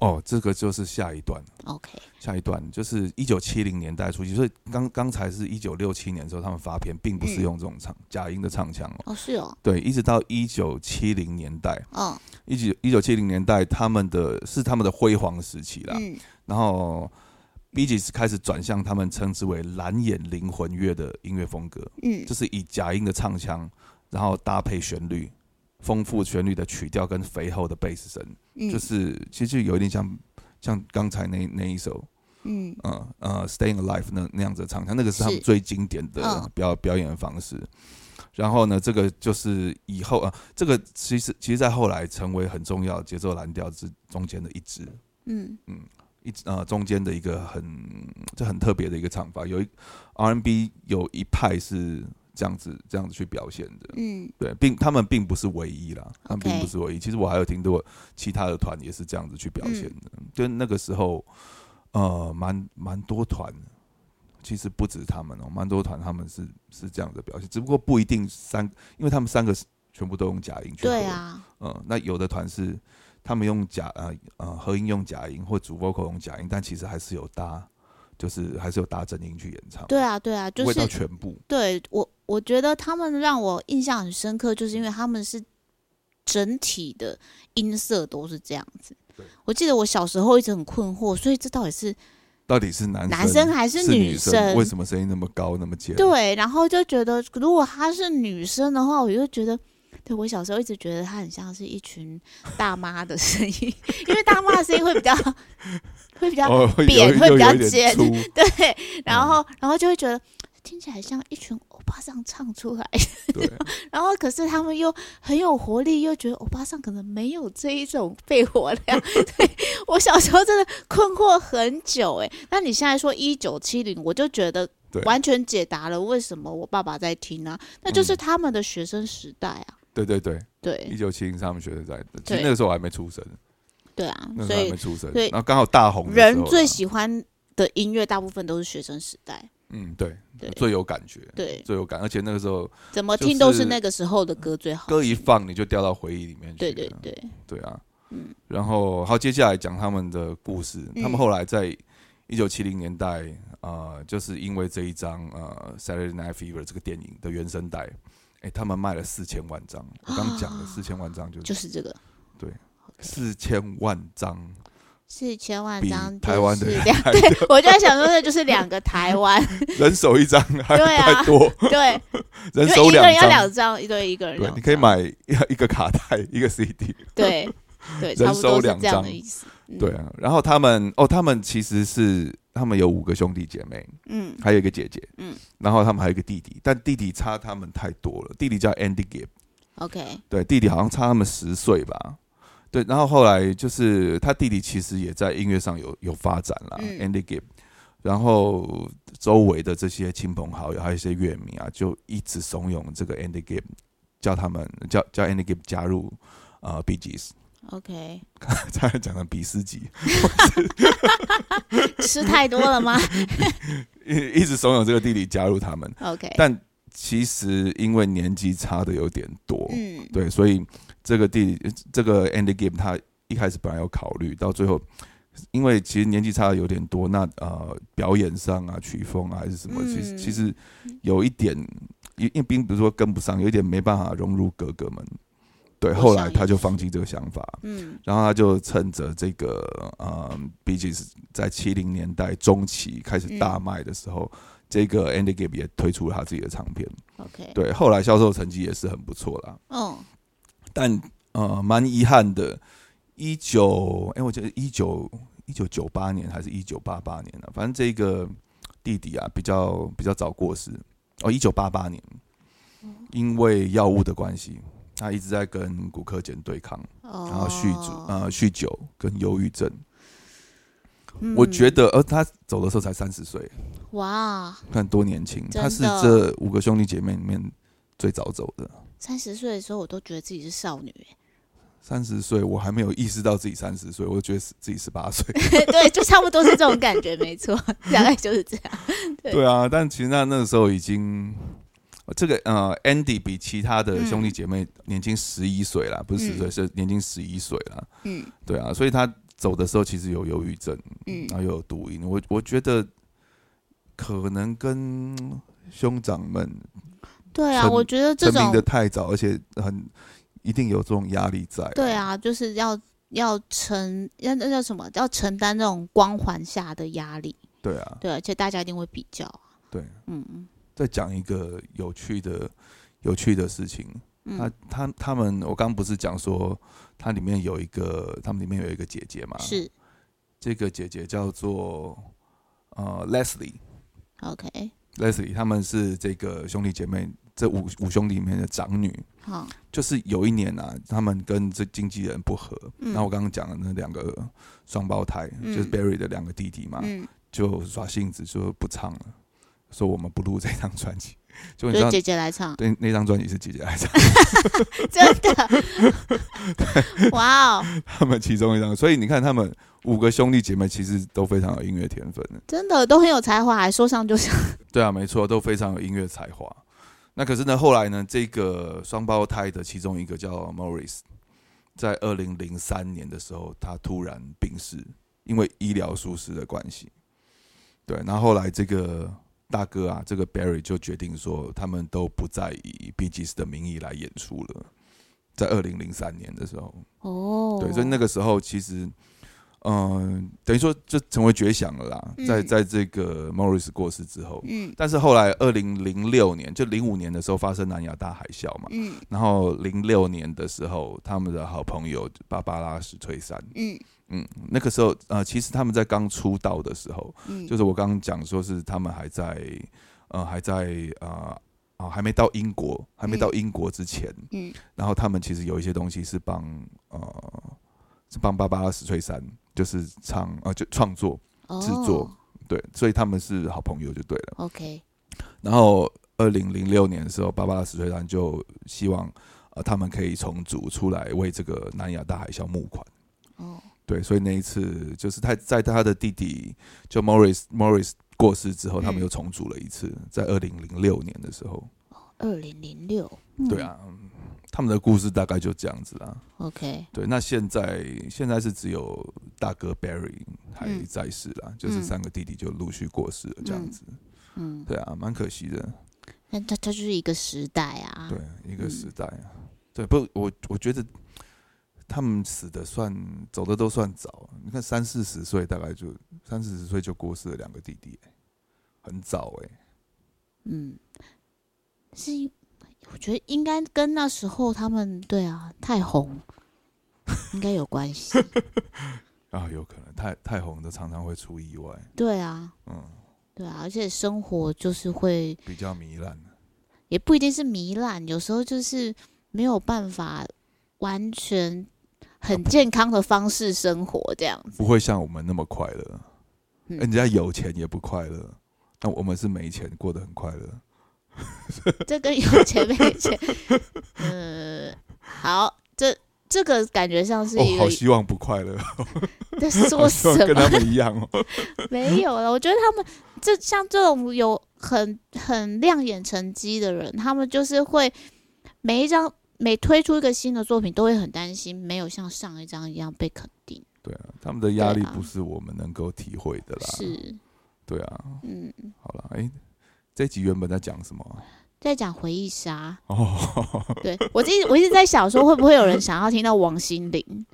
Speaker 1: 哦，这个就是下一段，
Speaker 2: ？OK，
Speaker 1: 下一段就是一九七零年代初期，所以刚刚才是一九六七年的时候，他们发片并不是用这种唱、假音的唱腔哦。
Speaker 2: 哦是哦，
Speaker 1: 对，一直到一九七零年代，
Speaker 2: 嗯
Speaker 1: 一九一九七零年代，他们的是他们的辉煌时期啦。
Speaker 2: 嗯
Speaker 1: 然后 b g s 开始转向他们称之为蓝眼灵魂乐的音乐风格。
Speaker 2: 嗯
Speaker 1: 就是以假音的唱腔，然后搭配旋律，丰富旋律的曲调跟肥厚的贝斯声，
Speaker 2: 嗯，
Speaker 1: 就是其实就有一点像像刚才那那一首，
Speaker 2: 嗯
Speaker 1: 呃呃，Staying Alive 那那样子的唱腔，那个是他们
Speaker 2: 是
Speaker 1: 最经典的
Speaker 2: 嗯
Speaker 1: 表表演的方式。然后呢，这个就是以后啊、呃这个其实其实在后来成为很重要的节奏蓝调之中间的一支，
Speaker 2: 嗯
Speaker 1: 一直呃中间的一个很这很特别的一个唱法，有一 R&B 有一派是这样子这样子去表现的，
Speaker 2: 嗯
Speaker 1: 对，并他们并不是唯一啦，他们
Speaker 2: OK
Speaker 1: 并不是唯一。其实我还有听过其他的团也是这样子去表现的，
Speaker 2: 嗯
Speaker 1: 就那个时候呃蛮蛮多团。其实不止他们哦，蛮多团他们是是这样的表现，只不过不一定三，因为他们三个是全部都用假音去
Speaker 2: 对
Speaker 1: 合
Speaker 2: 啊，
Speaker 1: 嗯，那有的团是他们用假呃呃合音用假音或主 vocal 用假音，但其实还是有搭，就是还是有搭真音去演唱，
Speaker 2: 对啊对啊，就
Speaker 1: 味道
Speaker 2: 是
Speaker 1: 全部。
Speaker 2: 对我，我觉得他们让我印象很深刻，就是因为他们是整体的音色都是这样子
Speaker 1: 对。
Speaker 2: 我记得我小时候一直很困惑，所以这到底是
Speaker 1: 到底是男
Speaker 2: 男
Speaker 1: 生
Speaker 2: 生还是
Speaker 1: 是
Speaker 2: 女
Speaker 1: 生？
Speaker 2: 生
Speaker 1: 为什么声音那么高那么尖？
Speaker 2: 对，啊然后就觉得如果她是女生的话，我就觉得。对，我小时候一直觉得她很像是一群大妈的声音，因为大妈的声音会比较会比较
Speaker 1: 哦，有
Speaker 2: 扁
Speaker 1: 一
Speaker 2: 会
Speaker 1: 又
Speaker 2: 比较
Speaker 1: 有一点
Speaker 2: 尖
Speaker 1: 粗，
Speaker 2: 对，然后、然后就会觉得听起来像一群欧巴桑唱出来，
Speaker 1: 对，
Speaker 2: 然后可是他们又很有活力，又觉得欧巴桑可能没有这一种 肺活量。对我小时候真的困惑很久哎、那你现在说一九七零，我就觉得
Speaker 1: 对
Speaker 2: 完全解答了为什么我爸爸在听啊，那就是他们的学生时代啊。
Speaker 1: 对对对，嗯一
Speaker 2: 对
Speaker 1: 九七零他们学生在，其实
Speaker 2: 对
Speaker 1: 那个时候我还没出生，
Speaker 2: 对啊，
Speaker 1: 那时
Speaker 2: 所
Speaker 1: 候还
Speaker 2: 以
Speaker 1: 没出生，
Speaker 2: 对
Speaker 1: 然后刚好大红的时候啊
Speaker 2: 人最喜欢的音乐大部分都是学生时代。
Speaker 1: 嗯对
Speaker 2: 对
Speaker 1: 最有感觉，
Speaker 2: 对，
Speaker 1: 最有感，而且那个时候
Speaker 2: 怎么
Speaker 1: 就
Speaker 2: 听都
Speaker 1: 是
Speaker 2: 是那个时候的歌最好听。
Speaker 1: 歌一放你就掉到回忆里面去
Speaker 2: 对
Speaker 1: 了，
Speaker 2: 对对，
Speaker 1: 对啊，
Speaker 2: 嗯
Speaker 1: 然后好，接下来讲他们的故事。
Speaker 2: 嗯
Speaker 1: 他们后来在一九七零年代，呃，就是因为这一张呃《Saturday Night Fever》这个电影的原声带，哎，他们卖了四千万张。我刚讲的四千万张就是
Speaker 2: 啊就是这个。
Speaker 1: 对
Speaker 2: OK。
Speaker 1: 四千万张，
Speaker 2: 四千万
Speaker 1: 比
Speaker 2: 张就
Speaker 1: 台湾的
Speaker 2: 是
Speaker 1: 人
Speaker 2: 两，对我就在想说，那就是两个台湾，
Speaker 1: 人手一张还
Speaker 2: 对啊
Speaker 1: 太多，
Speaker 2: 对，
Speaker 1: 人
Speaker 2: 就
Speaker 1: 手
Speaker 2: 一个人要
Speaker 1: 张。
Speaker 2: 两张，一对一个人两
Speaker 1: 对，
Speaker 2: 张，嗯
Speaker 1: 你可以买一个卡带，一个 CD。
Speaker 2: 对，对
Speaker 1: 人
Speaker 2: 差不
Speaker 1: 手
Speaker 2: 多是
Speaker 1: 两
Speaker 2: 这样的
Speaker 1: 张
Speaker 2: 意思。嗯
Speaker 1: 对，啊，然后他们哦，他们其实是他们有五个兄弟姐妹，
Speaker 2: 嗯
Speaker 1: 还有一个姐姐，
Speaker 2: 嗯
Speaker 1: 然后他们还有一个弟弟，但弟弟差他们太多了。弟弟叫 Andy Gibb，
Speaker 2: ，OK，
Speaker 1: 对，弟弟好像差他们十岁吧。对，然后后来就是他弟弟其实也在音乐上有有发展啦、
Speaker 2: 嗯
Speaker 1: a n d y Gibb。然后周围的这些亲朋好友，还有一些乐迷啊，就一直怂恿这个 Andy Gibb，叫他们叫叫 Andy Gibb 加入呃 B G S，
Speaker 2: ，OK，
Speaker 1: 差点讲成比斯吉，
Speaker 2: 吃太多 了吗
Speaker 1: 一一直怂恿这个弟弟加入他们。
Speaker 2: ？OK，
Speaker 1: 但其实因为年纪差的有点多，
Speaker 2: 嗯，
Speaker 1: 对，所以这个弟这个 Andy Game 他一开始本来有考虑，到最后因为其实年纪差的有点多，那呃表演上啊曲风啊还是什么，其实
Speaker 2: 嗯
Speaker 1: 其实有一点，因因并不是说跟不上，有一点没办法融入哥哥们。对，
Speaker 2: 我
Speaker 1: 后
Speaker 2: 想
Speaker 1: 来
Speaker 2: 也
Speaker 1: 他就是放弃这个想法，
Speaker 2: 嗯
Speaker 1: 然后他就趁着这个呃，毕竟是在七零年代中期开始大
Speaker 2: 嗯
Speaker 1: 卖的时候，这个 Andy Gibb 也推出了他自己的唱片。
Speaker 2: ，OK，
Speaker 1: 对，后来销售成绩也是很不错啦。
Speaker 2: 嗯，
Speaker 1: 但呃，蛮遗憾的，一九哎，我记得一九一九九八年还是一九八八年呢、啊反正这个弟弟啊，比较比较早过世哦，一九八八年，
Speaker 2: 嗯
Speaker 1: 因为药物的关系，他一直在跟骨科碱对抗，
Speaker 2: 哦，
Speaker 1: 然后酗酒呃酗酒跟忧郁症，
Speaker 2: 嗯，
Speaker 1: 我觉得呃他走的时候才三十岁，
Speaker 2: 哇，
Speaker 1: 看多年轻，他是
Speaker 2: 真的
Speaker 1: 这五个兄弟姐妹里面最早走的。
Speaker 2: 三十岁的时候我都觉得自己是少女，
Speaker 1: 三十岁，我还没有意识到自己三十岁，我就觉得自己十八岁。
Speaker 2: 哎对，就差不多是这种感觉，没错， 大概就是这样。对
Speaker 1: 对啊，但其实那那个时候已经，呃这个呃，Andy 比其他的
Speaker 2: 嗯
Speaker 1: 兄弟姐妹年轻十一岁啦，不是十岁，
Speaker 2: 嗯
Speaker 1: 是年轻十一岁啦。
Speaker 2: 嗯
Speaker 1: 对啊，所以他走的时候其实有忧郁症，
Speaker 2: 嗯
Speaker 1: 然后又有毒瘾。我我觉得可能跟嗯兄长们
Speaker 2: 对啊，
Speaker 1: 成
Speaker 2: 我觉得这
Speaker 1: 成名
Speaker 2: 种
Speaker 1: 的太早，而且很一定有这种压力在。
Speaker 2: 对，啊，就是要要承要那叫什么？要承担这种光环下的压力，
Speaker 1: 对啊，
Speaker 2: 对，而且大家一定会比较啊，
Speaker 1: 对。
Speaker 2: 嗯
Speaker 1: 再讲一个有趣的有趣的事情，
Speaker 2: 嗯
Speaker 1: 他
Speaker 2: 嗯，
Speaker 1: 他他们，我刚刚不是讲说，它里面有一个，他们里面有一个姐姐嘛，
Speaker 2: 是
Speaker 1: 这个姐姐叫做呃 Leslie，Leslie，
Speaker 2: OK，
Speaker 1: 他们是这个兄弟姐妹这五五兄弟里面的长女，
Speaker 2: 好，
Speaker 1: 就是有一年啊，他们跟这经纪人不和，
Speaker 2: 嗯
Speaker 1: 然后我刚刚讲的那两个双胞胎，
Speaker 2: 嗯
Speaker 1: 就是 Barry 的两个弟弟嘛，
Speaker 2: 嗯，
Speaker 1: 就耍性子说不唱了，说我们不录这张专辑，就你知
Speaker 2: 就
Speaker 1: 道
Speaker 2: 姐。姐来唱，
Speaker 1: 对，那张专辑是姐姐来唱，
Speaker 2: 真的，哇哦，
Speaker 1: 他们其中一张，所以你看他们五个兄弟姐妹其实都非常有音乐天分的。
Speaker 2: 真的都很有才华，还说唱就唱，
Speaker 1: 对啊，没错，都非常有音乐才华。那可是呢，后来呢，这个双胞胎的其中一个叫 Morris，在二零零三年的时候，他突然病逝，因为医疗疏失的关系。对，然后后来这个大哥啊，这个 Barry 就决定说，他们都不再以 B G S 的名义来演出了。在二零零三年的时候，
Speaker 2: 哦，
Speaker 1: 对，所以那个时候其实，嗯、等于说就成为绝响了啦。
Speaker 2: 嗯
Speaker 1: 在在这个 Morris 过世之后，
Speaker 2: 嗯
Speaker 1: 但是后来二零零六年，就零五年的时候发生南亚大海啸嘛，
Speaker 2: 嗯
Speaker 1: 然后零六年的时候，他们的好朋友芭芭拉史翠珊，
Speaker 2: 嗯
Speaker 1: 嗯，那个时候呃，其实他们在刚出道的时候，
Speaker 2: 嗯，
Speaker 1: 就是我刚刚讲说是他们还在呃还在啊啊还没到英国，还没到英国之前，
Speaker 2: 嗯
Speaker 1: 然后他们其实有一些东西是帮呃是帮芭芭拉史翠珊就是唱呃就创作
Speaker 2: 哦，
Speaker 1: 制作对，所以他们是好朋友就对了。
Speaker 2: OK，
Speaker 1: 然后二零零六年的时候，芭芭拉史翠珊就希望呃他们可以重组出来为这个南亚大海啸募款。
Speaker 2: 哦，
Speaker 1: 对，所以那一次就是他在他的弟弟就 Morris Morris 过世之后，他们
Speaker 2: 嗯
Speaker 1: 又重组了一次，在二零零六年的时候。
Speaker 2: 二零零六，
Speaker 1: 对啊，嗯他们的故事大概就这样子啦。
Speaker 2: 嗯，OK，
Speaker 1: 对，那现在现在是只有大哥 Barry 还
Speaker 2: 嗯
Speaker 1: 在世啦，就是
Speaker 2: 嗯
Speaker 1: 三个弟弟就陆续过世了，这样子。
Speaker 2: 嗯，
Speaker 1: 对啊，蛮可惜的。
Speaker 2: 那它它就是一个时代啊，
Speaker 1: 对，一个
Speaker 2: 嗯
Speaker 1: 时代啊。对，不，我我觉得他们死的算走的都算早。你看三四十岁，大概就三四十岁就过世了两个弟弟、欸很早哎、
Speaker 2: 嗯，是因，我觉得应该跟那时候他们对啊太红，应该有 关系。
Speaker 1: 啊，有可能太太红的常常会出意外，
Speaker 2: 对啊，
Speaker 1: 嗯，
Speaker 2: 对啊，而且生活就是会，
Speaker 1: 比较糜烂。
Speaker 2: 也不一定是糜烂，有时候就是没有办法完全很健康的方式生活这样子
Speaker 1: 不。会像我们那么快乐。哎
Speaker 2: 嗯
Speaker 1: 人家有钱也不快乐，那我们是没钱过得很快乐。
Speaker 2: 这跟有钱没 钱，嗯，好，这这个感觉像是一
Speaker 1: 哦，
Speaker 2: 个
Speaker 1: 好希望不快乐，
Speaker 2: 在说
Speaker 1: 好希望
Speaker 2: 什
Speaker 1: 跟他。
Speaker 2: 么
Speaker 1: 们一样 哦。
Speaker 2: 没有了，我觉得他们这像这种有很很亮眼成绩的人，他们就是会每一张每推出一个新的作品，都会很担心没有像上一张一样被肯定。
Speaker 1: 对啊，他们的压力
Speaker 2: 对啊
Speaker 1: 不是我们能够体会的啦。，
Speaker 2: 是，
Speaker 1: 对啊。
Speaker 2: 嗯，
Speaker 1: 好了，哎，这集原本在讲什么啊？
Speaker 2: 在讲回忆 杀，
Speaker 1: 哦，
Speaker 2: 对我一直我一直在想说，会不会有人想要听到王心凌？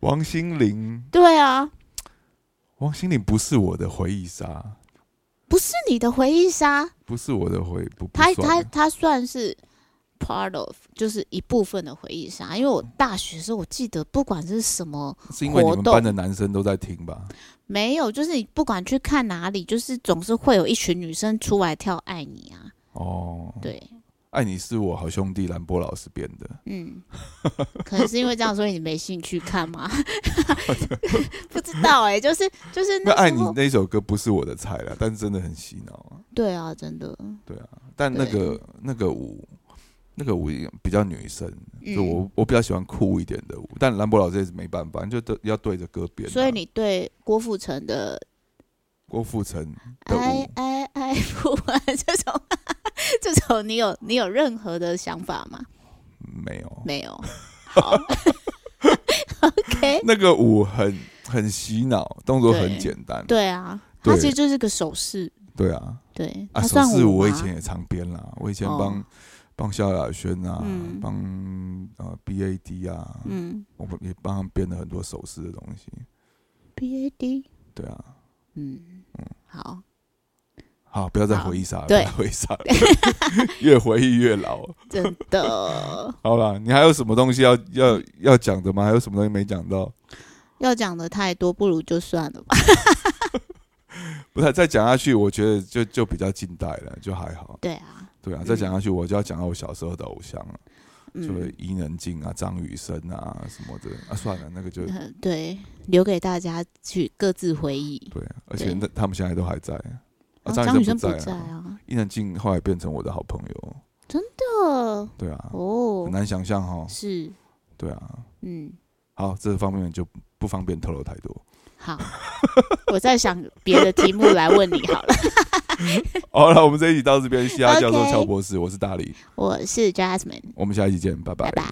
Speaker 1: 王心凌，
Speaker 2: 对啊，
Speaker 1: 王心凌不是我的回忆杀，
Speaker 2: 不是你的回忆杀，
Speaker 1: 不是我的回不不
Speaker 2: 他
Speaker 1: 算
Speaker 2: 他他算是。part of 就是一部分的回忆杀，因为我大学的时候，我记得不管是什么
Speaker 1: 是因为你
Speaker 2: 活
Speaker 1: 们
Speaker 2: 动
Speaker 1: 班的男生都在听吧？
Speaker 2: 没有，就是你不管去看哪里，就是总是会有一群女生出来跳《爱你》啊。
Speaker 1: 哦，
Speaker 2: 对，
Speaker 1: 爱你是我好兄弟兰波老师编的，
Speaker 2: 嗯，可能是因为这样，所以你没兴趣看 吗？不知道哎、就是就是
Speaker 1: 那
Speaker 2: 那
Speaker 1: 爱
Speaker 2: 时
Speaker 1: 你
Speaker 2: 候，
Speaker 1: 那首歌不是我的菜啦，但是真的很洗脑啊。
Speaker 2: 对啊，真的，
Speaker 1: 但那
Speaker 2: 对
Speaker 1: 个那个舞，那个舞也比较女生，
Speaker 2: 嗯
Speaker 1: 就我我比较喜欢酷一点的舞。但兰博老师也是没办法，就都要对着歌编啊、
Speaker 2: 所以你对郭富城的
Speaker 1: 郭富城
Speaker 2: “
Speaker 1: 的
Speaker 2: 爱
Speaker 1: 舞，
Speaker 2: 爱爱不完” 这种这种，你有你有任何的想法吗？
Speaker 1: 没有，
Speaker 2: 没有。好 ，OK，
Speaker 1: 那个舞很很洗脑，动作很
Speaker 2: 对
Speaker 1: 简单。
Speaker 2: 对啊，它
Speaker 1: 对
Speaker 2: 其实就是个手势，
Speaker 1: 对啊，
Speaker 2: 对，
Speaker 1: 啊，
Speaker 2: 它
Speaker 1: 手
Speaker 2: 算
Speaker 1: 势
Speaker 2: 舞
Speaker 1: 我以
Speaker 2: 吗
Speaker 1: 前也常编啦，我以前
Speaker 2: 哦
Speaker 1: 帮帮萧亚轩啊
Speaker 2: 嗯，
Speaker 1: 帮呃 BAD 啊，
Speaker 2: 嗯
Speaker 1: 我们也帮他们编了很多手势的东西。
Speaker 2: ，B A D，
Speaker 1: 对啊，
Speaker 2: 嗯，好，
Speaker 1: 好，不要再
Speaker 2: 好
Speaker 1: 回忆杀了，不
Speaker 2: 对
Speaker 1: 要再回忆杀了， 越回忆越老。
Speaker 2: 真 的
Speaker 1: 好啦，你还有什么东西要要要讲的吗？还有什么东西没讲到？
Speaker 2: 要讲的太多，不如就算了吧。
Speaker 1: 不太再讲下去，我觉得就就比较近代了，就还好。
Speaker 2: 对啊，
Speaker 1: 对啊，
Speaker 2: 嗯
Speaker 1: 再讲下去我就要讲到我小时候的偶像了，就
Speaker 2: 嗯
Speaker 1: 是，伊能静啊、张雨生啊什么的啊。算了，那个就
Speaker 2: 呃对，留给大家去各自回忆。
Speaker 1: 对啊，而且那他们现在都还在啊。
Speaker 2: 啊
Speaker 1: 张、
Speaker 2: 张雨生
Speaker 1: 不
Speaker 2: 不
Speaker 1: 在
Speaker 2: 在
Speaker 1: 啊，
Speaker 2: 啊，
Speaker 1: 伊能静后来变成我的好朋友。
Speaker 2: 呃，
Speaker 1: 对啊，
Speaker 2: 哦
Speaker 1: 很，难想象哈。
Speaker 2: 是，
Speaker 1: 对啊，
Speaker 2: 嗯，
Speaker 1: 好，这方面就不方便透露太多。
Speaker 2: 好，我再想别的题目来问你好 了。
Speaker 1: 好了，我们这一集到这边，西亚教授
Speaker 2: OK
Speaker 1: 乔博士，我是大力，
Speaker 2: 我是 Jasmine，
Speaker 1: 我们下一集见，拜
Speaker 2: 拜拜。